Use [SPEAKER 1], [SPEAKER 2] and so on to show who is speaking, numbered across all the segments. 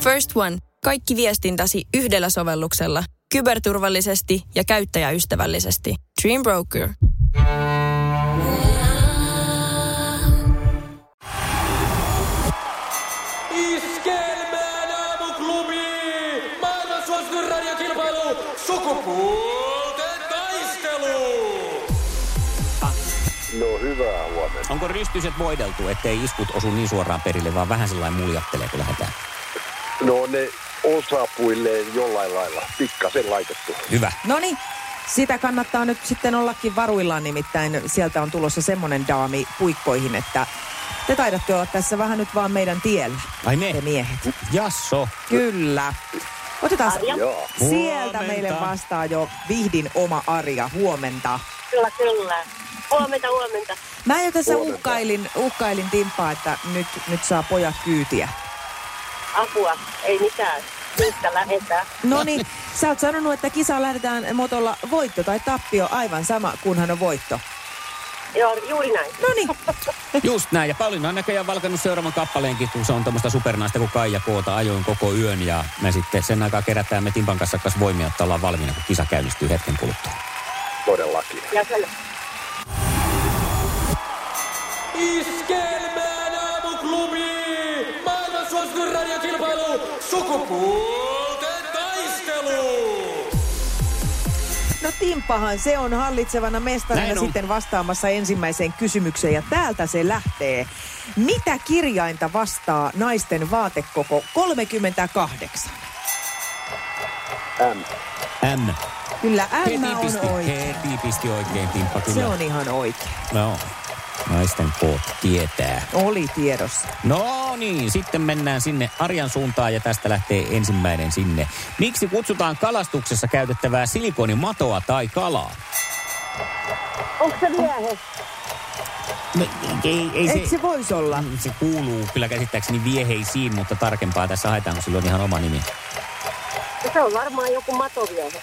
[SPEAKER 1] First One. Kaikki viestintäsi yhdellä sovelluksella. Kyberturvallisesti ja käyttäjäystävällisesti. Dream Broker.
[SPEAKER 2] Iskelmään aamuklubi! Maailman suosituin radiokilpailu! Sukupuolten taistelu!
[SPEAKER 3] No hyvää huomenta.
[SPEAKER 4] Onko rystyset voideltu, ettei iskut osu niin suoraan perille, vaan vähän sillä muljattelee, kun lähdetään?
[SPEAKER 3] No ne osapuilleen jollain lailla pikkasen laitettu.
[SPEAKER 4] Hyvä.
[SPEAKER 5] No niin, sitä kannattaa nyt sitten ollakin varuillaan, nimittäin sieltä on tulossa semmoinen daami puikkoihin, että te taidatte olla tässä vähän nyt vaan meidän tiellä,
[SPEAKER 4] Ai me?
[SPEAKER 5] te miehet.
[SPEAKER 4] Jasso.
[SPEAKER 5] Kyllä. Otetaan
[SPEAKER 3] Joo.
[SPEAKER 4] Huomenta.
[SPEAKER 5] sieltä meille vastaa jo vihdin oma Arja, huomenta.
[SPEAKER 6] Kyllä, kyllä. Huomenta, huomenta.
[SPEAKER 5] Mä jo tässä
[SPEAKER 3] Huomenta.
[SPEAKER 5] uhkailin, uhkailin Timpaa, että nyt, nyt saa pojat kyytiä.
[SPEAKER 6] Apua, ei mitään. Mistä lähetään?
[SPEAKER 5] No niin, sä oot sanonut, että kisaan lähdetään motolla voitto tai tappio, aivan sama, kunhan on voitto.
[SPEAKER 6] Joo, juuri näin.
[SPEAKER 5] No niin,
[SPEAKER 4] Just näin. Ja Pauliina on näköjään valkannut seuraavan kappaleenkin, kun se on tämmöistä supernaista kuin Kaija Koota ajoin koko yön. Ja me sitten sen aikaa kerätään me Timpan kanssa kanssa voimia, että ollaan valmiina, kun kisa käynnistyy hetken kuluttua.
[SPEAKER 3] Todellakin.
[SPEAKER 6] Ja sen...
[SPEAKER 2] Iskelmään aamuklubi! Maailman suosituin radiokilpailu! Sukupuolten taistelu!
[SPEAKER 5] No Timppahan se on hallitsevana
[SPEAKER 4] Näin
[SPEAKER 5] mestarina
[SPEAKER 4] on.
[SPEAKER 5] sitten vastaamassa ensimmäiseen kysymykseen ja täältä se lähtee. Mitä kirjainta vastaa naisten vaatekoko 38?
[SPEAKER 3] M.
[SPEAKER 4] M.
[SPEAKER 5] Kyllä M
[SPEAKER 4] Heti pisti,
[SPEAKER 5] on oikein.
[SPEAKER 4] heti pisti oikein, Timppa. Kyllä.
[SPEAKER 5] Se on ihan oikein.
[SPEAKER 4] No. Naisten koot tietää.
[SPEAKER 5] Oli tiedossa.
[SPEAKER 4] No niin, sitten mennään sinne Arjan suuntaan ja tästä lähtee ensimmäinen sinne. Miksi kutsutaan kalastuksessa käytettävää silikonimatoa tai kalaa?
[SPEAKER 6] Onko se miehet?
[SPEAKER 4] No, ei, ei Mm.
[SPEAKER 5] Eikö se voisi olla?
[SPEAKER 4] se kuuluu kyllä käsittääkseni vieheisiin, mutta tarkempaa tässä haetaan, kun sillä on ihan oma nimi.
[SPEAKER 6] Se on varmaan joku matomiehet.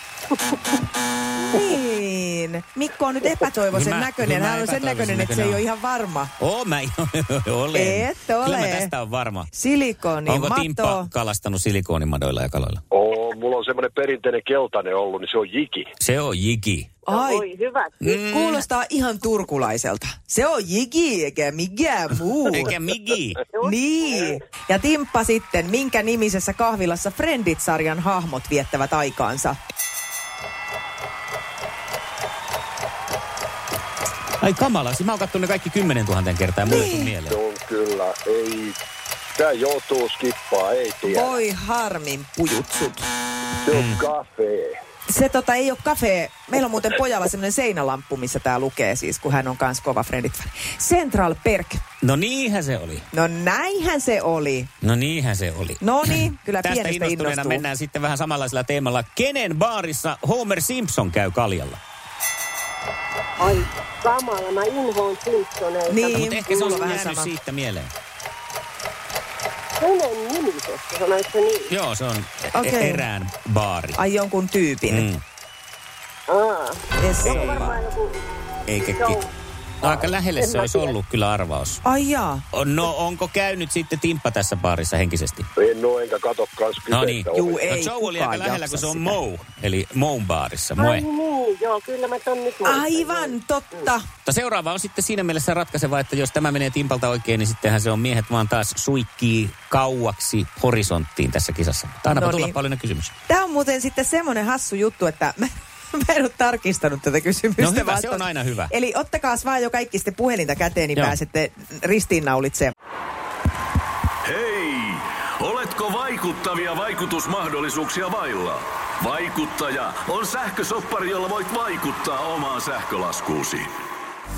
[SPEAKER 5] Niin. Mikko on nyt epätoivoisen
[SPEAKER 4] Niin mä-
[SPEAKER 5] näköinen.
[SPEAKER 4] niin mä
[SPEAKER 5] Hän on sen näköinen, että se ei
[SPEAKER 4] epätoivoisen
[SPEAKER 5] ole ihan varma.
[SPEAKER 4] Oo, mä olen.
[SPEAKER 5] Et ole.
[SPEAKER 4] Kyllä mä tästä on varma.
[SPEAKER 5] Silikoni,
[SPEAKER 4] Onko
[SPEAKER 5] mato.
[SPEAKER 4] Timppa kalastanut silikonimadoilla ja kaloilla?
[SPEAKER 3] Oo, mulla on semmoinen perinteinen keltainen ollut, niin se on jiki.
[SPEAKER 4] Se on jiki.
[SPEAKER 6] Ai.
[SPEAKER 5] Ai,
[SPEAKER 6] Voi hyvä.
[SPEAKER 5] nyt kuulostaa ihan turkulaiselta. Se on jigi eikä mikään muu.
[SPEAKER 4] Eikä migi.
[SPEAKER 5] Niin. Ja Timppa sitten, minkä nimisessä kahvilassa Friendit-sarjan hahmot viettävät aikaansa?
[SPEAKER 4] Ai kamala, siis mä oon kattonut ne kaikki 10 000 kertaa ja mulle ei tuu
[SPEAKER 5] Niin.
[SPEAKER 3] Se
[SPEAKER 4] mieleen.
[SPEAKER 3] on kyllä, ei... Tää joutuu skippaa, ei tiedä.
[SPEAKER 5] Voi harmin pujutsut.
[SPEAKER 3] Se on kafe.
[SPEAKER 5] Se tota ei ole kafe. Meillä on muuten pojalla semmoinen seinälamppu, missä tää lukee siis, kun hän on kans kova Friendit fan. Central Perk.
[SPEAKER 4] No niinhän se oli.
[SPEAKER 5] No näinhän se oli.
[SPEAKER 4] No niinhän se oli.
[SPEAKER 5] No niin, kyllä
[SPEAKER 4] Tästä
[SPEAKER 5] pienestä
[SPEAKER 4] innostuneena
[SPEAKER 5] innostuu.
[SPEAKER 4] mennään sitten vähän samanlaisella teemalla. Kenen baarissa Homer Simpson käy kaljalla?
[SPEAKER 6] Ai, kamala, mä inhoon Simpsoneita.
[SPEAKER 5] Niin.
[SPEAKER 4] Mutta No, ehkä se
[SPEAKER 5] mulla
[SPEAKER 4] on
[SPEAKER 5] vähän
[SPEAKER 4] jäänyt
[SPEAKER 5] sama.
[SPEAKER 4] siitä mieleen.
[SPEAKER 6] Kenen nimisestä, sanoitko niin?
[SPEAKER 4] Joo, se on okay.
[SPEAKER 5] Okei.
[SPEAKER 4] erään baari.
[SPEAKER 5] Ai jonkun tyypin. Mm.
[SPEAKER 4] Mm.
[SPEAKER 6] Aa,
[SPEAKER 5] Ei.
[SPEAKER 6] varmaan joku...
[SPEAKER 4] Eikä ki-
[SPEAKER 6] Joo.
[SPEAKER 4] Aika lähelle
[SPEAKER 6] En
[SPEAKER 4] se
[SPEAKER 6] mä
[SPEAKER 4] olisi
[SPEAKER 6] tiedä.
[SPEAKER 4] ollut kyllä arvaus.
[SPEAKER 5] Ai jaa.
[SPEAKER 4] No onko käynyt sitten Timppa tässä baarissa henkisesti?
[SPEAKER 3] En oo enkä kato kans
[SPEAKER 4] No
[SPEAKER 3] kyseistä
[SPEAKER 4] niin.
[SPEAKER 3] ovea.
[SPEAKER 5] Juu, ei
[SPEAKER 4] no Joe oli aika
[SPEAKER 5] kukaan
[SPEAKER 4] lähellä, kun
[SPEAKER 5] jaksa
[SPEAKER 4] se on
[SPEAKER 5] sitä.
[SPEAKER 4] Mo, eli Moon baarissa. Moe.
[SPEAKER 6] Ai niin, joo, kyllä mä ton nyt muistan.
[SPEAKER 5] Aivan totta.
[SPEAKER 4] Mutta seuraava on sitten siinä mielessä ratkaiseva, että jos tämä menee Timpalta oikein, niin sittenhän se on miehet vaan taas suikkii kauaksi horisonttiin tässä kisassa. Mutta annapa
[SPEAKER 5] No
[SPEAKER 4] tulla
[SPEAKER 5] niin.
[SPEAKER 4] paljon kysymys.
[SPEAKER 5] Tämä on muuten sitten semmoinen hassu juttu, että mä, mä en ole tarkistanut tätä kysymystä.
[SPEAKER 4] No hyvä,
[SPEAKER 5] vaan
[SPEAKER 4] se on
[SPEAKER 5] tos-
[SPEAKER 4] aina hyvä.
[SPEAKER 5] Eli ottakaa vaan jo kaikki sitten puhelinta käteen, niin
[SPEAKER 4] Joo.
[SPEAKER 5] pääsette ristiinnaulitsemaan.
[SPEAKER 7] Hei! Oletko vaikuttavia vaikutusmahdollisuuksia vailla? Vaikuttaja on sähkösoppari, jolla voit vaikuttaa omaan sähkölaskuusi.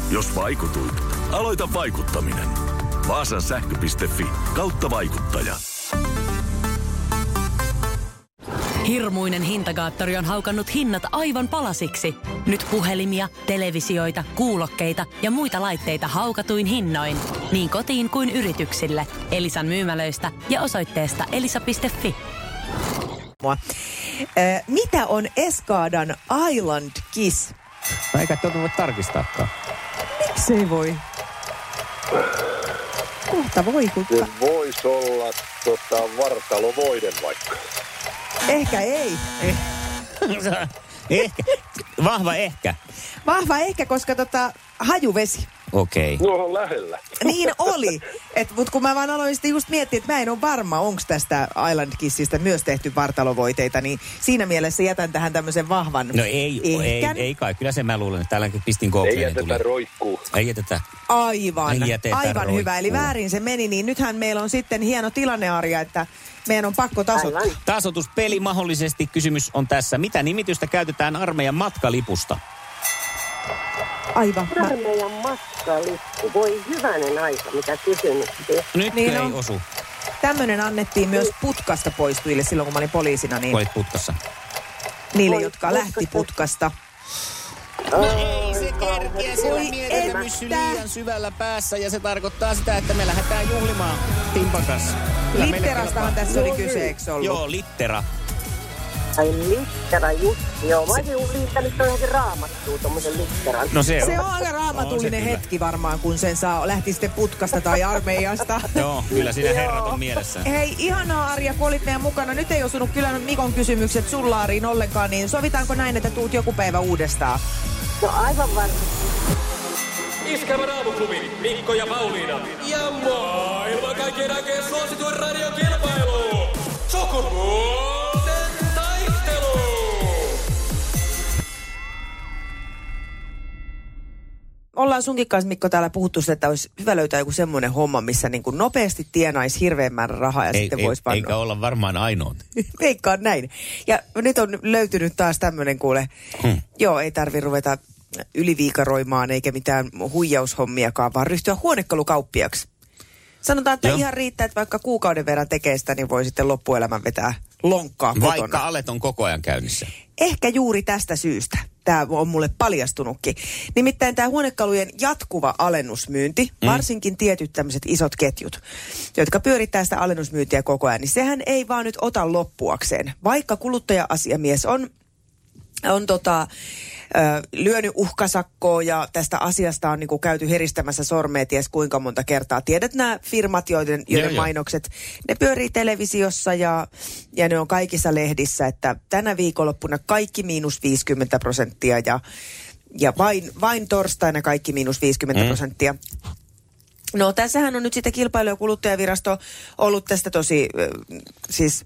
[SPEAKER 7] Jos vaikutuit, aloita vaikuttaminen. Vaasan sähkö.fi kautta vaikuttaja.
[SPEAKER 8] Hirmuinen hintakaattori on haukannut hinnat aivan palasiksi. Nyt puhelimia, televisioita, kuulokkeita ja muita laitteita haukatuin hinnoin. Niin kotiin kuin yrityksille. Elisan myymälöistä ja osoitteesta elisa.fi.
[SPEAKER 5] Mua. Ö, mitä on Eskaadan Island Kiss?
[SPEAKER 4] No eikä tuota voi tarkistaakaan.
[SPEAKER 5] Miksei voi? Kohta voi, kun...
[SPEAKER 3] Se vois olla tota, vartalovoiden vaikka?
[SPEAKER 5] Ehkä ei.
[SPEAKER 9] ehkä. Vahva ehkä.
[SPEAKER 5] Vahva ehkä, koska tota, hajuvesi.
[SPEAKER 9] Okei. Okay.
[SPEAKER 3] No on lähellä.
[SPEAKER 5] Niin oli. Mutta kun mä vaan aloin sitten just miettiä, että mä en ole varma, onko tästä Island Kissistä myös tehty vartalovoiteita, niin siinä mielessä jätän tähän tämmöisen vahvan
[SPEAKER 9] No ei, ei,
[SPEAKER 5] ehkän.
[SPEAKER 9] ei kai. Kyllä se mä luulen, että täälläkin pistin
[SPEAKER 3] Ei
[SPEAKER 9] Googleen.
[SPEAKER 3] jätetä
[SPEAKER 9] tuli.
[SPEAKER 3] roikkuu.
[SPEAKER 9] Ei jätetä.
[SPEAKER 5] Aivan,
[SPEAKER 9] Ai jätetä
[SPEAKER 5] aivan
[SPEAKER 9] roikkuu.
[SPEAKER 5] hyvä. Eli väärin se meni, niin nythän meillä on sitten hieno tilannearja, että meidän on pakko tasoittaa.
[SPEAKER 6] Aivan.
[SPEAKER 9] Tasotuspeli mahdollisesti. Kysymys on tässä. Mitä nimitystä käytetään armeijan matkalipusta?
[SPEAKER 5] Aivan. Mä,
[SPEAKER 6] Armeijan matkalippu. Voi hyvänen aika, mitä kysymyksiä.
[SPEAKER 9] Nyt
[SPEAKER 5] Niin
[SPEAKER 9] niin ei
[SPEAKER 5] on.
[SPEAKER 9] osu,
[SPEAKER 5] tämmönen annettiin myös putkasta poistujille silloin, kun mä olin poliisina, niin
[SPEAKER 9] kun olit putkassa.
[SPEAKER 5] niille,
[SPEAKER 6] Voi
[SPEAKER 5] jotka lähti
[SPEAKER 6] putkasta.
[SPEAKER 5] putkasta.
[SPEAKER 9] Ei se kerkiä,
[SPEAKER 5] siellä Voi mietintämyssy että. liian
[SPEAKER 9] syvällä päässä ja se tarkoittaa sitä, että me lähdetään juhlimaan Timpan kanssa.
[SPEAKER 5] Litterastahan tässä oli kyse, eikö ollut?
[SPEAKER 9] Joo, littera.
[SPEAKER 6] Ai littera just. Joo, mä olisin liittänyt tuohonkin raamattuun tommosen litteran.
[SPEAKER 9] No se on.
[SPEAKER 5] Se on aika raamatullinen
[SPEAKER 9] On se kyllä.
[SPEAKER 5] hetki varmaan, kun sen saa, lähti sitten putkasta tai armeijasta.
[SPEAKER 9] Joo, kyllä siinä herrat on mielessään.
[SPEAKER 5] Hei, ihanaa Arja, kun olit meidän mukana. Nyt ei osunut kyllä Mikon kysymykset sun laariin ollenkaan, niin sovitaanko näin, että tuut joku päivä uudestaan?
[SPEAKER 6] No aivan varmasti.
[SPEAKER 2] Iskävä raamuklubi, Mikko ja Pauliina. Ja maailman kaikkien aikeen suosituen radiokilpailu. Sukupuolten taistelu.
[SPEAKER 5] Ollaan sunkin kanssa, Mikko, täällä puhuttu sitä, että olisi hyvä löytää joku semmoinen homma, missä niin kuin nopeasti tienaisi hirveän määrän rahaa ja
[SPEAKER 4] Ei,
[SPEAKER 5] sitten
[SPEAKER 4] ei,
[SPEAKER 5] voisi panna.
[SPEAKER 4] eikä olla varmaan ainoa.
[SPEAKER 5] Veikkaan näin. Ja nyt on löytynyt taas tämmöinen kuule. Hmm. Joo, ei tarvi ruveta yliviikaroimaan eikä mitään huijaushommiakaan, vaan ryhtyä huonekalukauppiaksi. Sanotaan, että
[SPEAKER 4] Joo.
[SPEAKER 5] ihan riittää, että vaikka kuukauden verran tekee sitä, niin voi sitten loppuelämän vetää lonkkaa kotona.
[SPEAKER 4] Vaikka alet on koko ajan käynnissä.
[SPEAKER 5] Ehkä juuri tästä syystä tämä on mulle paljastunutkin. Nimittäin tämä huonekalujen jatkuva alennusmyynti, mm. varsinkin tietyt tämmöiset isot ketjut, jotka pyörittää sitä alennusmyyntiä koko ajan, niin sehän ei vaan nyt ota loppuakseen. Vaikka kuluttaja-asiamies on on tota, ö, lyönyt uhkasakkoa ja tästä asiasta on niinku käyty heristämässä sormea ties kuinka monta kertaa. Tiedät nämä firmat, joiden, joiden
[SPEAKER 4] joo.
[SPEAKER 5] mainokset, ne pyörii televisiossa ja, ja ne on kaikissa lehdissä, että tänä viikonloppuna kaikki miinus 50 prosenttia ja, ja vain, vain torstaina kaikki miinus
[SPEAKER 4] Mm.
[SPEAKER 5] 50 prosenttia. No tässähän on nyt sitten kilpailu- ja kuluttajavirasto ollut tästä tosi ö, siis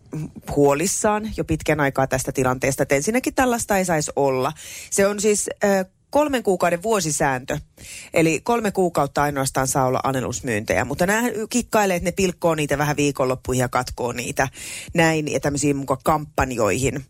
[SPEAKER 5] huolissaan jo pitkän aikaa tästä tilanteesta. Et ensinnäkin tällaista ei saisi olla. Se on siis ö, kolmen kuukauden vuosisääntö. Eli kolme kuukautta ainoastaan saa olla anellusmyyntejä. Mutta nämä kikkailee, että ne pilkkoo niitä vähän viikonloppuihin ja katkoo niitä näin ja tämmöisiin mukaan kampanjoihin.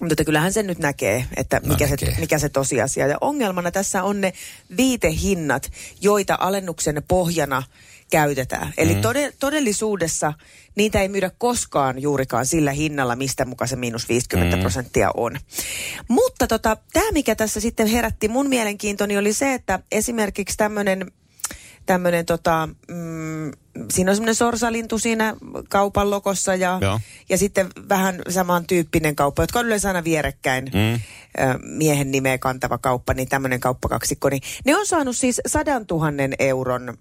[SPEAKER 5] Mutta että kyllähän sen nyt näkee, että mikä, no,
[SPEAKER 4] näkee.
[SPEAKER 5] Se, mikä se tosiasia. Ja ongelmana tässä on ne viitehinnat, joita alennuksen pohjana käytetään. Eli tode, todellisuudessa niitä ei myydä koskaan juurikaan sillä hinnalla, mistä muka se miinus 50 prosenttia on. Mutta tota, tämä, mikä tässä sitten herätti mun mielenkiintoni, oli se, että esimerkiksi tämmöinen tämmöinen tota, mm, siinä on semmoinen sorsalintu siinä kaupan lokossa ja,
[SPEAKER 4] Joo.
[SPEAKER 5] ja sitten vähän samantyyppinen kauppa, jotka on yleensä aina vierekkäin mm. ö, miehen nimeä kantava kauppa, niin tämmöinen kauppakaksikko, niin ne on saanut siis sadan tuhannen euron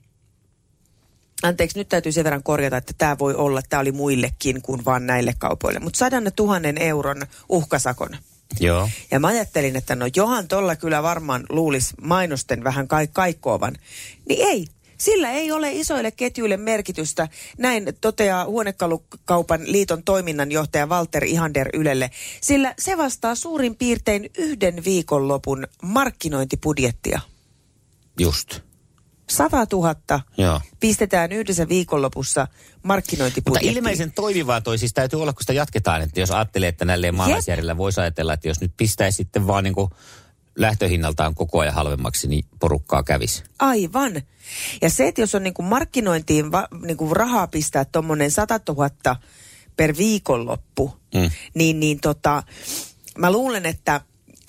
[SPEAKER 5] Anteeksi, nyt täytyy sen verran korjata, että tämä voi olla, tämä oli muillekin kuin vaan näille kaupoille, mutta sadan tuhannen euron uhkasakon.
[SPEAKER 4] Joo.
[SPEAKER 5] Ja mä ajattelin, että no Johan tolla kyllä varmaan luulisi mainosten vähän kai kaikkoavan. Niin ei. Sillä ei ole isoille ketjuille merkitystä, näin toteaa Huonekalukaupan liiton toiminnanjohtaja Walter Ihander Ylelle, sillä se vastaa suurin piirtein yhden viikonlopun markkinointibudjettia.
[SPEAKER 4] Just.
[SPEAKER 5] 100 000
[SPEAKER 4] Joo.
[SPEAKER 5] pistetään yhdessä viikonlopussa
[SPEAKER 4] Mutta
[SPEAKER 5] markkinointibudjettiin.
[SPEAKER 4] ilmeisen toimivaa toi siis täytyy olla, kun sitä jatketaan. Että jos ajattelee, että näille maalaisjärjellä voisi ajatella, että jos nyt pistäisi sitten vaan niin kuin lähtöhinnaltaan koko ajan halvemmaksi, niin porukkaa kävisi.
[SPEAKER 5] Aivan. Ja se, että jos on niinku markkinointiin va, niinku rahaa pistää tuommoinen 100 000 per viikonloppu, mm. niin, niin tota, mä luulen, että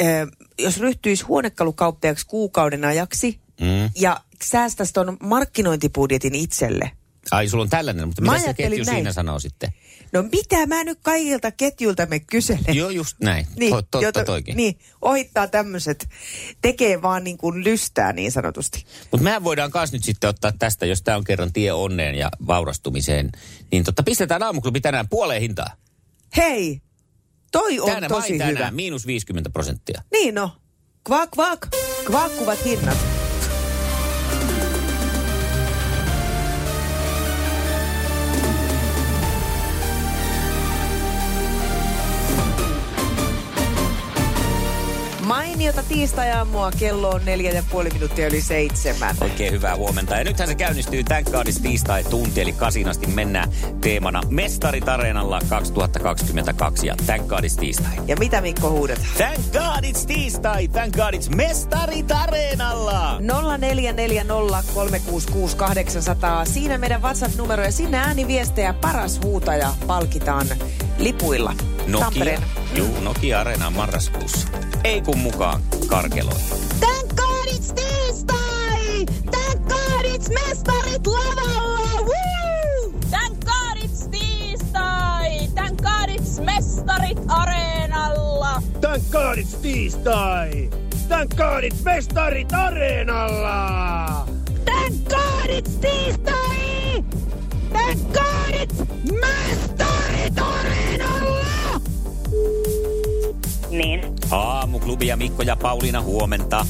[SPEAKER 5] ö, jos ryhtyisi huonekalukauppiaksi kuukauden ajaksi mm. ja säästäisi tuon markkinointibudjetin itselle,
[SPEAKER 4] Ai, sulla on tällainen, mutta
[SPEAKER 5] Mä
[SPEAKER 4] mitä se
[SPEAKER 5] ajattelin
[SPEAKER 4] ketju
[SPEAKER 5] näin.
[SPEAKER 4] siinä sanoo sitten?
[SPEAKER 5] No mitä mä nyt kaikilta ketjulta me kyselen?
[SPEAKER 4] Joo, just näin.
[SPEAKER 5] Niin,
[SPEAKER 4] Niin, totta
[SPEAKER 5] jota-
[SPEAKER 4] toikin.
[SPEAKER 5] Niin, ohittaa tämmöiset, tekee vaan niin kuin lystää niin sanotusti.
[SPEAKER 4] Mutta mehän voidaan myös nyt sitten ottaa tästä, jos tämä on kerran tie onneen ja vaurastumiseen. Niin totta, pistetään aamuklubi tänään puoleen hintaan.
[SPEAKER 5] Hei, toi on
[SPEAKER 4] Tänään
[SPEAKER 5] tosi
[SPEAKER 4] vain
[SPEAKER 5] hyvä.
[SPEAKER 4] tänään, miinus 50 prosenttia.
[SPEAKER 5] Niin no, kvak kvak, kvakkuvat hinnat. Mainiota tiistai-aamua, kello on neljä ja puoli minuuttia yli seitsemän.
[SPEAKER 4] Oikein hyvää huomenta. Ja nythän se käynnistyy tämän kaudessa tiistai tunti, eli kasinasti mennään teemana Mestarit Areenalla 2022 ja tämän kaudessa tiistai.
[SPEAKER 5] Ja mitä Mikko huudetaan?
[SPEAKER 4] Thank God it's tiistai! Thank God it's Mestarit Areenalla!
[SPEAKER 5] 0440366800. Siinä meidän WhatsApp-numero ja sinne ääniviestejä paras huutaja palkitaan lipuilla.
[SPEAKER 4] Nokia,
[SPEAKER 5] Tampereen.
[SPEAKER 4] juu, Nokia Areena on marraskuussa. Ei kun mukaan karkeloi.
[SPEAKER 10] Thank God it's tiistai! Thank God it's mestarit lavalla! Woo! Thank God it's tiistai! Thank God it's mestarit areenalla! Thank God it's tiistai! Thank God it's mestarit areenalla!
[SPEAKER 8] Niin.
[SPEAKER 4] Aamuklubi ja Mikko ja Pauliina huomenta.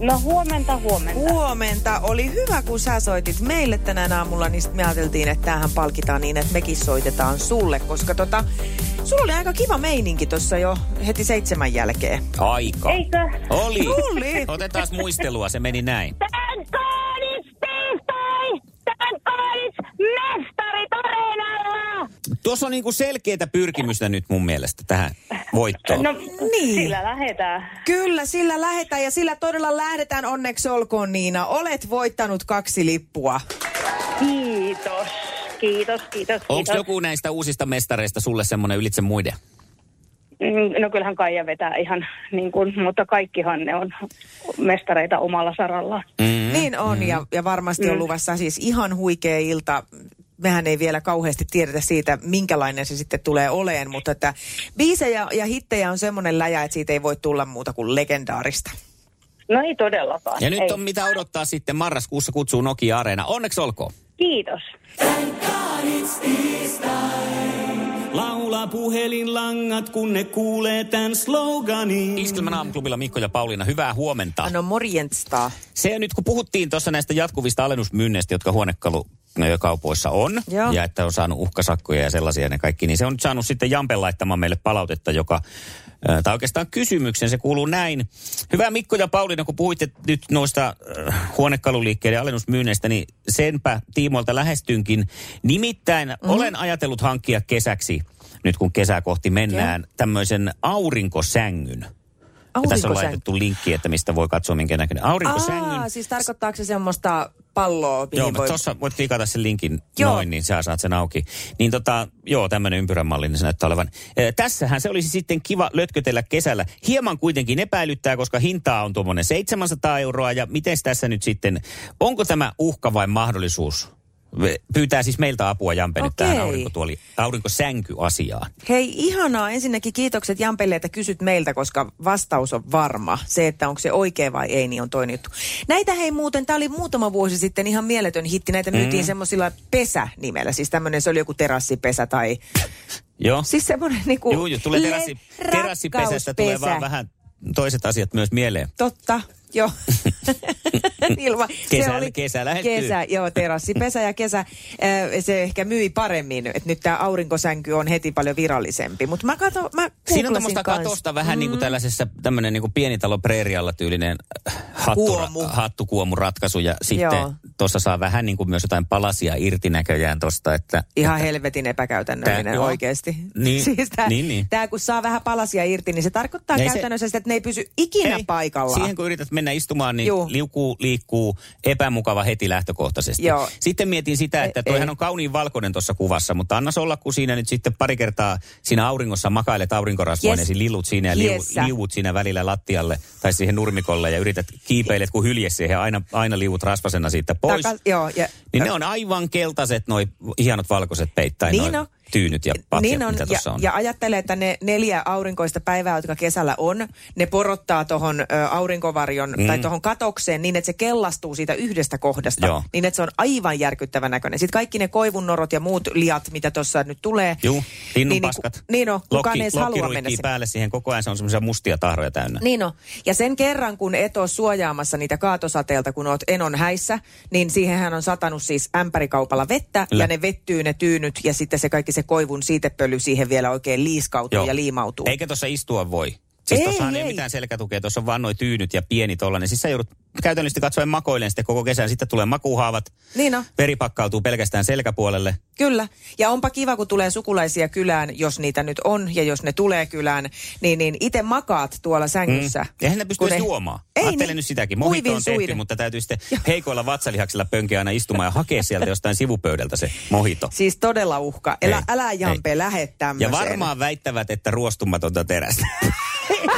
[SPEAKER 8] No huomenta, huomenta.
[SPEAKER 5] Huomenta. Oli hyvä, kun sä soitit meille tänään aamulla, niin sit me ajateltiin, että tämähän palkitaan niin, että mekin soitetaan sulle, koska tota, sulla oli aika kiva meininki tuossa jo heti seitsemän jälkeen.
[SPEAKER 4] Aika.
[SPEAKER 8] Eikö?
[SPEAKER 4] Oli.
[SPEAKER 5] Tuli.
[SPEAKER 4] Otetaan muistelua, se meni näin.
[SPEAKER 10] Thank God it's tiistai! Thank God it's mestarit areenalla!
[SPEAKER 4] Tuossa on niinku selkeitä pyrkimystä nyt mun mielestä tähän voittoon.
[SPEAKER 8] No,
[SPEAKER 5] Niin.
[SPEAKER 8] sillä lähetään.
[SPEAKER 5] Kyllä, sillä lähetään ja sillä todella lähdetään. Onneksi olkoon Niina. Olet voittanut kaksi lippua.
[SPEAKER 8] Kiitos. Kiitos, kiitos,
[SPEAKER 4] Onko
[SPEAKER 8] kiitos.
[SPEAKER 4] joku näistä uusista mestareista sulle semmoinen ylitse muiden?
[SPEAKER 8] Mm, No kyllähän Kaija vetää ihan niin kuin, mutta kaikkihan ne on mestareita omalla sarallaan.
[SPEAKER 4] Mm-hmm.
[SPEAKER 5] Mm, niin on, mm. ja, ja varmasti on luvassa siis ihan huikea ilta. Mehän ei vielä kauheasti tiedetä siitä, minkälainen se sitten tulee oleen, mutta että biisejä ja hittejä on semmoinen läjä, että siitä ei voi tulla muuta kuin legendaarista.
[SPEAKER 8] No ei todellakaan.
[SPEAKER 4] Ja nyt
[SPEAKER 8] ei.
[SPEAKER 4] on mitä odottaa sitten marraskuussa kutsuu Nokia Areena. Onneksi olkoon.
[SPEAKER 8] Kiitos.
[SPEAKER 2] Laula puhelinlangat, kun ne kuulee tän sloganin.
[SPEAKER 4] Iskelmän aamuklubilla Mikko ja Pauliina, hyvää huomenta.
[SPEAKER 5] No morjenstaa.
[SPEAKER 4] Se nyt kun puhuttiin tuossa näistä jatkuvista alennusmyynneistä, jotka huonekalukaupoissa on,
[SPEAKER 5] Joo.
[SPEAKER 4] ja että on saanut uhkasakkoja ja sellaisia ja ne kaikki, niin se on nyt saanut sitten Jampen laittamaan meille palautetta, joka, äh, tai oikeastaan kysymyksen, se kuuluu näin. Hyvä Mikko ja Pauliina, kun puhuitte nyt noista äh, huonekaluliikkeiden alennusmyynneistä, niin senpä tiimoilta lähestynkin. Nimittäin
[SPEAKER 5] Mhm.
[SPEAKER 4] mm-hmm. olen ajatellut hankkia kesäksi, nyt kun kesää kohti mennään, tämmöisen aurinkosängyn. Ja Tässä on
[SPEAKER 5] Aurinkosäng.
[SPEAKER 4] laitettu linkki, että mistä voi katsoa minkä näköinen aurinkosängyn.
[SPEAKER 5] Aa, siis tarkoittaako se semmoista palloa,
[SPEAKER 4] Joo,
[SPEAKER 5] mihin
[SPEAKER 4] mutta
[SPEAKER 5] voi...
[SPEAKER 4] tuossa voit klikata sen linkin
[SPEAKER 5] Joo.
[SPEAKER 4] joo. noin, niin sä saat sen auki. Niin tota, joo, tämmöinen ympyränmalli, niin se näyttää olevan. Ee, tässähän se olisi sitten kiva lötkötellä kesällä. Hieman kuitenkin epäilyttää, koska hintaa on tuommoinen 700 euroa. Ja miten tässä nyt sitten, onko tämä uhka vai mahdollisuus? Ve- Pyytää siis meiltä apua Jampe nyt tähän
[SPEAKER 5] Okei.
[SPEAKER 4] aurinkotuoli, aurinkosänkyaasiaan.
[SPEAKER 5] Hei, ihanaa. Ensinnäkin kiitokset Jampelle, että kysyt meiltä, koska vastaus on varma. Se, että onko se oikea vai ei, niin on toinen juttu. Näitä hei muuten, tämä oli muutama vuosi sitten ihan mieletön hitti. Näitä
[SPEAKER 4] Mm.
[SPEAKER 5] myytiin semmoisilla pesä-nimellä. Siis tämmöinen, se oli joku terassipesä tai...
[SPEAKER 4] Joo.
[SPEAKER 5] Siis semmoinen niinku...
[SPEAKER 4] Juu, juu, tulee
[SPEAKER 5] le-
[SPEAKER 4] terassi, terassipesästä tulee
[SPEAKER 5] rakkauspesä.
[SPEAKER 4] vaan vähän toiset asiat myös mieleen.
[SPEAKER 5] Totta, joo. Ilma.
[SPEAKER 4] Kesä- kesä lähettyy.
[SPEAKER 5] Kesä, joo, terassipesä ja kesä. äh, Se ehkä myi paremmin, että nyt tämä aurinkosänky on heti paljon virallisempi. Mutta mä kato, mä
[SPEAKER 4] Siinä on
[SPEAKER 5] googlasin
[SPEAKER 4] tuommoista
[SPEAKER 5] kans.
[SPEAKER 4] katosta vähän
[SPEAKER 5] Mm.
[SPEAKER 4] niin kuin tällaisessa tämmöinen niin kuin pienitalo preerialla tyylinen äh, hattu,
[SPEAKER 5] Kuomu.
[SPEAKER 4] hattukuomuratkaisu ja
[SPEAKER 5] Joo.
[SPEAKER 4] sitten tuossa saa vähän niin kuin myös jotain palasia irti näköjään tosta, että
[SPEAKER 5] Ihan helvetin epäkäytännöllinen
[SPEAKER 4] Tää-
[SPEAKER 5] tää,
[SPEAKER 4] joo.
[SPEAKER 5] oikeasti.
[SPEAKER 4] Niin,
[SPEAKER 5] siis tää,
[SPEAKER 4] niin, niin.
[SPEAKER 5] tää, kun saa vähän palasia irti, niin se tarkoittaa
[SPEAKER 4] Ei se-
[SPEAKER 5] käytännössä sitä, että ne ei pysy ikinä
[SPEAKER 4] Ei,
[SPEAKER 5] paikallaan.
[SPEAKER 4] Siihen kun yrität mennä istumaan, niin
[SPEAKER 5] Juu.
[SPEAKER 4] Juu. liukuu, liikkuu, epämukava heti lähtökohtaisesti.
[SPEAKER 5] Joo.
[SPEAKER 4] Sitten mietin sitä, että
[SPEAKER 5] Ei,
[SPEAKER 4] toihan
[SPEAKER 5] ei.
[SPEAKER 4] on kauniin valkoinen tuossa kuvassa, mutta annas olla, kun siinä nyt sitten pari kertaa siinä auringossa makailet aurinkorasvoinesi,
[SPEAKER 5] Yes.
[SPEAKER 4] yes. lillut siinä ja liu,
[SPEAKER 5] Hiessä.
[SPEAKER 4] liuut siinä välillä lattialle tai siihen nurmikolle ja yrität kiipeilet kuin hylje siihen, aina, aina liuut rasvasena siitä pois. pois.
[SPEAKER 5] Takas, joo, ja,
[SPEAKER 4] Niin ne on aivan keltaiset, noi hienot valkoiset peittäin,
[SPEAKER 5] Niin
[SPEAKER 4] noi
[SPEAKER 5] on.
[SPEAKER 4] tyynyt ja patjat,
[SPEAKER 5] niin on,
[SPEAKER 4] mitä tuossa
[SPEAKER 5] ja,
[SPEAKER 4] on.
[SPEAKER 5] ja ajattelee, että ne neljä aurinkoista päivää, jotka kesällä on, ne porottaa tuohon aurinkovarjon
[SPEAKER 4] Mm.
[SPEAKER 5] mm. tai tuohon katokseen niin, että se kellastuu siitä yhdestä kohdasta,
[SPEAKER 4] Joo.
[SPEAKER 5] niin että se on aivan järkyttävän näköinen. Sitten kaikki ne koivunnorot ja muut liat, mitä tuossa nyt tulee.
[SPEAKER 4] Juu,
[SPEAKER 5] niin,
[SPEAKER 4] linnunpaskat.
[SPEAKER 5] Niin, kun- niin on, kukaan ei edes
[SPEAKER 4] lokki
[SPEAKER 5] halua mennä
[SPEAKER 4] ruikkii
[SPEAKER 5] sinne.
[SPEAKER 4] päälle siihen koko ajan, se on semmoisia mustia tahroja täynnä.
[SPEAKER 5] Niin on. Ja sen kerran, kun et ole suojaamassa niitä kaatosateelta, kun oot enon häissä, niin siihenhän on satanut siis ämpärikaupalla vettä,
[SPEAKER 4] Kyllä.
[SPEAKER 5] ja ne vettyy ne tyynyt, ja sitten se kaikki se koivun siitepöly siihen vielä oikein liiskautuu
[SPEAKER 4] Joo.
[SPEAKER 5] ja liimautuu.
[SPEAKER 4] Eikä tuossa istua voi. Siis
[SPEAKER 5] Ei,
[SPEAKER 4] tuossahan ei, ei
[SPEAKER 5] ei.
[SPEAKER 4] mitään selkätukea, tuossa on vaan noi tyynyt ja pieni tollanen. Siis sä joudut käytännöllisesti katsoen makoilen sitten koko kesän, sitten tulee makuhaavat.
[SPEAKER 5] Niin on.
[SPEAKER 4] Veri pakkautuu pelkästään selkäpuolelle.
[SPEAKER 5] Kyllä. Ja onpa kiva, kun tulee sukulaisia kylään, jos niitä nyt on ja jos ne tulee kylään, niin, niin itse makaat tuolla sängyssä. Mm.
[SPEAKER 4] Eihän ne pysty edes juomaan. Ei, Ajattelen
[SPEAKER 5] niin.
[SPEAKER 4] nyt sitäkin. Mojito on tehty, mutta täytyy sitten heikoilla vatsalihaksilla pönkeä aina istumaan ja hakea sieltä jostain sivupöydältä se mojito.
[SPEAKER 5] Siis todella uhka. Elä,
[SPEAKER 4] Ei,
[SPEAKER 5] ei, älä Jampe, ei. lähde
[SPEAKER 4] Ja
[SPEAKER 5] tämmöiseen.
[SPEAKER 4] varmaan väittävät, että ruostumatonta terästä. ei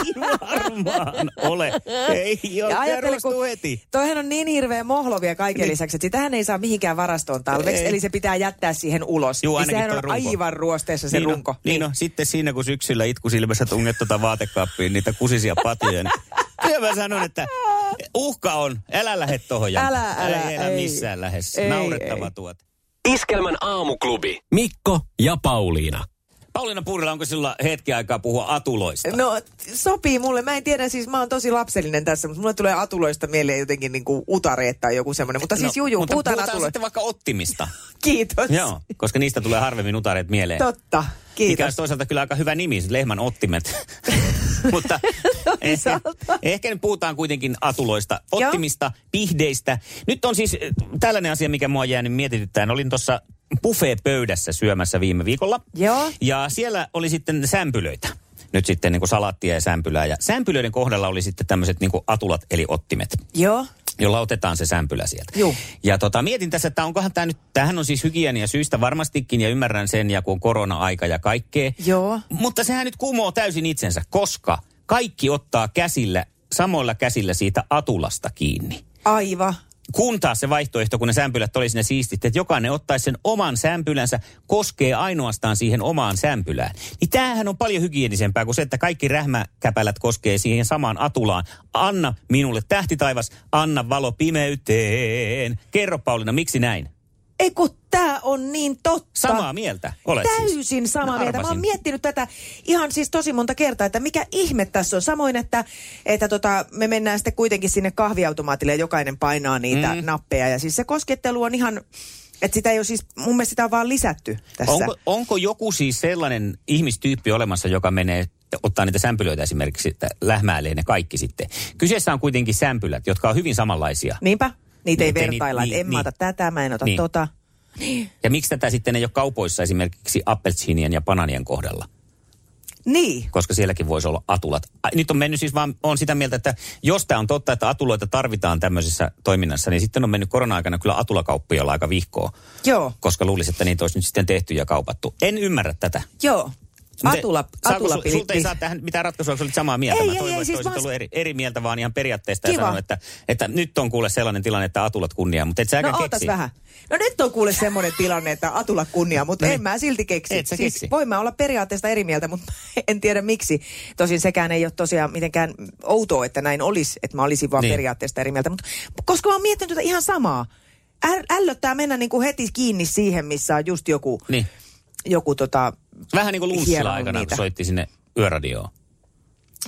[SPEAKER 4] varmaan ole. Ei
[SPEAKER 5] Ja
[SPEAKER 4] ole,
[SPEAKER 5] ajattele,
[SPEAKER 4] perustuu
[SPEAKER 5] kun
[SPEAKER 4] heti.
[SPEAKER 5] toihan on niin hirveä mohlovia kaiken
[SPEAKER 4] Niin.
[SPEAKER 5] lisäksi, että sitähän ei saa mihinkään varastoon talveksi,
[SPEAKER 4] Ei.
[SPEAKER 5] eli se pitää jättää siihen ulos.
[SPEAKER 4] Juu,
[SPEAKER 5] niin
[SPEAKER 4] ainakin
[SPEAKER 5] sehän
[SPEAKER 4] toi
[SPEAKER 5] on
[SPEAKER 4] runko.
[SPEAKER 5] aivan ruosteessa se
[SPEAKER 4] niin
[SPEAKER 5] runko.
[SPEAKER 4] On, niin, on. Sitten siinä, kun syksyllä itkusilmässä tunget tuota vaatekaappiin niitä kusisia patjoja, niin kyllä mä sanon, että uhka on. Älä lähde tohon, Janne.
[SPEAKER 5] Älä, älä,
[SPEAKER 4] ei, elä
[SPEAKER 5] ei.
[SPEAKER 4] missään lähes.
[SPEAKER 5] Ei,
[SPEAKER 4] Naurettava
[SPEAKER 5] ei.
[SPEAKER 4] tuote.
[SPEAKER 11] Iskelmän aamuklubi. Mikko ja Pauliina.
[SPEAKER 4] Pauliina Puurila, onko sillä hetki aikaa puhua atuloista?
[SPEAKER 5] No t- sopii mulle. Mä en tiedä, siis mä oon tosi lapsellinen tässä, mutta mulle tulee atuloista mieleen jotenkin niin kuin utareet tai joku semmoinen. Mutta siis no, juju,
[SPEAKER 4] mutta
[SPEAKER 5] puhutaan,
[SPEAKER 4] puhutaan
[SPEAKER 5] atuloista.
[SPEAKER 4] sitten vaikka ottimista.
[SPEAKER 5] Kiitos.
[SPEAKER 4] Joo, koska niistä tulee harvemmin utareet mieleen.
[SPEAKER 5] Totta,
[SPEAKER 4] Mikä olisi
[SPEAKER 5] kiitos.
[SPEAKER 4] toisaalta kyllä aika hyvä nimi, siis lehmän ottimet. Mutta ehkä,
[SPEAKER 5] Toisaalta.
[SPEAKER 4] ehkä nyt puhutaan kuitenkin atuloista, ottimista, pihdeistä. Nyt on siis äh, tällainen asia, mikä mua on jäänyt mietityttään. Olin tuossa buffet-pöydässä syömässä viime viikolla.
[SPEAKER 5] Joo.
[SPEAKER 4] Ja siellä oli sitten sämpylöitä. Nyt sitten niin kuin salattia ja sämpylää. Ja sämpylöiden kohdalla oli sitten tämmöiset niin kuin atulat, eli ottimet
[SPEAKER 5] Joo.
[SPEAKER 4] jolla otetaan se sämpylä sieltä.
[SPEAKER 5] Juu.
[SPEAKER 4] Ja tota, mietin tässä, että onkohan tämä nyt, tämähän on siis hygienia syistä varmastikin ja ymmärrän sen ja kun on korona-aika ja kaikkea.
[SPEAKER 5] Joo.
[SPEAKER 4] Mutta sehän nyt kumoo täysin itsensä, koska kaikki ottaa käsillä, samoilla käsillä siitä atulasta kiinni.
[SPEAKER 5] Aivan.
[SPEAKER 4] Kun taas se vaihtoehto, kun ne sämpylät oli siinä siistit, että jokainen ottaisi sen oman sämpylänsä, koskee ainoastaan siihen omaan sämpylään. Niin tämähän on paljon hygienisempää kuin se, että kaikki rähmäkäpälät koskee siihen samaan atulaan. Anna minulle tähti taivas, anna valo pimeyteen. Kerro Pauliina, miksi näin?
[SPEAKER 5] Ei kun tää on niin totta.
[SPEAKER 4] Samaa mieltä olet siis.
[SPEAKER 5] Täysin samaa
[SPEAKER 4] Mä
[SPEAKER 5] mieltä. Mä oon
[SPEAKER 4] arvasin.
[SPEAKER 5] miettinyt tätä ihan siis tosi monta kertaa, että mikä ihme tässä on. Samoin, että, että tota, me mennään sitten kuitenkin sinne kahviautomaatille ja jokainen painaa niitä
[SPEAKER 4] Mm.
[SPEAKER 5] mm. nappeja. Ja siis se koskettelu on ihan, että sitä ei ole siis, mun mielestä sitä on vaan lisätty tässä.
[SPEAKER 4] Onko, onko joku siis sellainen ihmistyyppi olemassa, joka menee ottaa niitä sämpylöitä esimerkiksi, että lähmäilee ne kaikki sitten. Kyseessä on kuitenkin sämpylät, jotka on hyvin samanlaisia.
[SPEAKER 5] Niinpä. Niitä ei
[SPEAKER 4] Ettei niitä-
[SPEAKER 5] vertailla,
[SPEAKER 4] niin,
[SPEAKER 5] että en
[SPEAKER 4] niin.
[SPEAKER 5] mä ota tätä, mä en ota
[SPEAKER 4] Niin.
[SPEAKER 5] tota.
[SPEAKER 4] Ja miksi tätä sitten ei ole kaupoissa esimerkiksi appelsiinien ja bananien kohdalla?
[SPEAKER 5] Niin.
[SPEAKER 4] Koska sielläkin voisi olla atulat. Ai, Nyt on mennyt siis vaan, on sitä mieltä, että jos tämä on totta, että atuloita tarvitaan tämmöisessä toiminnassa, niin sitten on mennyt korona-aikana kyllä atulakauppialla aika vihkoa.
[SPEAKER 5] Joo.
[SPEAKER 4] Koska luulisi, että niitä olisi nyt sitten tehty ja kaupattu. En ymmärrä tätä.
[SPEAKER 5] Joo.
[SPEAKER 4] Miten-
[SPEAKER 5] Atula,
[SPEAKER 4] saako
[SPEAKER 5] atula
[SPEAKER 4] sul- Sulta ei saa tähän mitään ratkaisua, kun sä olit samaa mieltä.
[SPEAKER 5] Ei,
[SPEAKER 4] Mä
[SPEAKER 5] ei,
[SPEAKER 4] toivon,
[SPEAKER 5] ei,
[SPEAKER 4] että
[SPEAKER 5] siis
[SPEAKER 4] olisit
[SPEAKER 5] mä oon-
[SPEAKER 4] ollut eri, eri mieltä vaan ihan periaatteesta ja
[SPEAKER 5] Kiva.
[SPEAKER 4] sanonut, että, että, nyt on kuule sellainen tilanne, että atulat kunnia, mutta et sä
[SPEAKER 5] No ootas
[SPEAKER 4] keksi.
[SPEAKER 5] vähän. No nyt on kuule semmoinen tilanne, että Atula kunnia, mutta
[SPEAKER 4] No niin.
[SPEAKER 5] en mä silti keksi.
[SPEAKER 4] Et sä
[SPEAKER 5] siis
[SPEAKER 4] keksi.
[SPEAKER 5] voin mä olla periaatteesta eri mieltä, mutta en tiedä miksi. Tosin sekään ei ole tosiaan mitenkään outoa, että näin olisi, että mä olisin vaan
[SPEAKER 4] Niin.
[SPEAKER 5] niin. periaatteesta eri mieltä. Mutta koska mä oon miettinyt tätä ihan samaa. Ä- ällöttää mennä niinku heti kiinni siihen, missä on just joku,
[SPEAKER 4] Niin.
[SPEAKER 5] joku tota,
[SPEAKER 4] Vähän niin kuin lunssilla
[SPEAKER 5] Hieronut
[SPEAKER 4] aikana,
[SPEAKER 5] niitä.
[SPEAKER 4] kun soitti sinne yöradioon.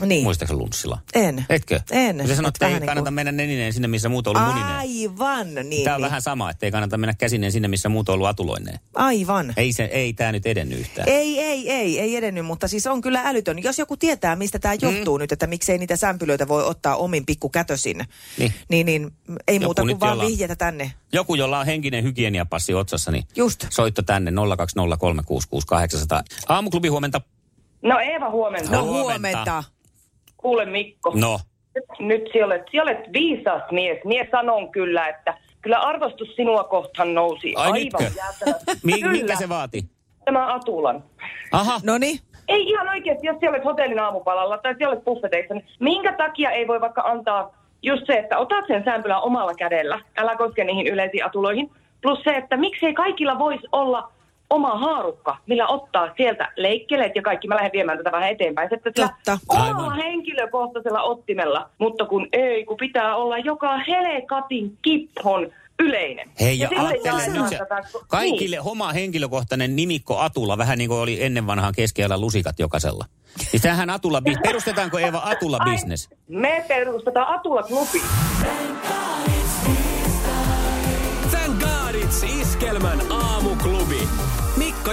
[SPEAKER 5] niin.
[SPEAKER 4] Muistatko sä lunssilla?
[SPEAKER 5] En.
[SPEAKER 4] Etkö?
[SPEAKER 5] En.
[SPEAKER 4] Kun Sä sanoit,
[SPEAKER 5] Et
[SPEAKER 4] että ei
[SPEAKER 5] vähän niin
[SPEAKER 4] kannata
[SPEAKER 5] kuin-
[SPEAKER 4] mennä nenineen sinne, missä muut on ollut munineen.
[SPEAKER 5] Aivan, niin.
[SPEAKER 4] Tämä on
[SPEAKER 5] niin.
[SPEAKER 4] vähän sama, että ei kannata mennä käsineen sinne, missä muut on ollut atuloineen.
[SPEAKER 5] Aivan.
[SPEAKER 4] Ei, se, ei tämä nyt edennyt yhtään.
[SPEAKER 5] Ei, ei, ei, ei edennyt, mutta siis on kyllä älytön. Jos joku tietää, mistä
[SPEAKER 4] Mm.
[SPEAKER 5] tämä johtuu nyt, että miksei niitä sämpylöitä voi ottaa omin pikkukätösin,
[SPEAKER 4] Niin.
[SPEAKER 5] niin, niin, niin
[SPEAKER 4] Joku
[SPEAKER 5] ei joku muuta
[SPEAKER 4] nyt
[SPEAKER 5] kuin vaan
[SPEAKER 4] jollain-
[SPEAKER 5] vihjetä tänne.
[SPEAKER 4] Joku, jolla on henkinen hygieniapassi otsassa, niin
[SPEAKER 5] Just.
[SPEAKER 4] soitto tänne 020366800. Aamuklubi huomenta.
[SPEAKER 8] No Eeva, huomenta.
[SPEAKER 5] No
[SPEAKER 8] No.
[SPEAKER 4] Huomenta.
[SPEAKER 5] huomenta.
[SPEAKER 8] Kuule Mikko,
[SPEAKER 4] No,
[SPEAKER 8] nyt sinä olet, sinä olet viisas mies. Mie sanon kyllä, että kyllä arvostus sinua kohtaan
[SPEAKER 4] Ai
[SPEAKER 8] nousi aivan
[SPEAKER 4] nytkö?
[SPEAKER 8] jäätävästi.
[SPEAKER 4] mi-
[SPEAKER 8] Kyllä,
[SPEAKER 4] minkä se vaati?
[SPEAKER 8] tämä Atulan.
[SPEAKER 4] Aha, no.
[SPEAKER 5] No niin,
[SPEAKER 8] Ei ihan oikeasti, jos siellä olet hotellin aamupalalla tai siellä olet buffeteissa, niin minkä takia ei voi vaikka antaa just se, että otat sen sämpylän omalla kädellä, älä koske niihin yleisiin atuloihin. Plus se, että miksei kaikilla voisi olla oma haarukka, millä ottaa sieltä leikkeleet ja kaikki. Mä lähden viemään tätä vähän eteenpäin. Se, Että sillä
[SPEAKER 5] Totta.
[SPEAKER 8] omalla henkilökohtaisella ottimella, mutta kun ei, kun pitää olla joka helekatin kiphon yleinen.
[SPEAKER 4] Hei, ja, ja
[SPEAKER 8] sitten
[SPEAKER 4] ajattele
[SPEAKER 8] jaetaan
[SPEAKER 4] nyt se,
[SPEAKER 8] tätä- Niin.
[SPEAKER 4] kaikille oma henkilökohtainen nimikko Atula, vähän niin kuin oli ennen vanhaan keskellä lusikat jokaisella. Niin tähän Atula, bis- perustetaanko Eeva Atula business?
[SPEAKER 8] Niin. Me perustetaan Atula-klubi.
[SPEAKER 2] Thank God it's Iskelmän aamuklubi. Mikko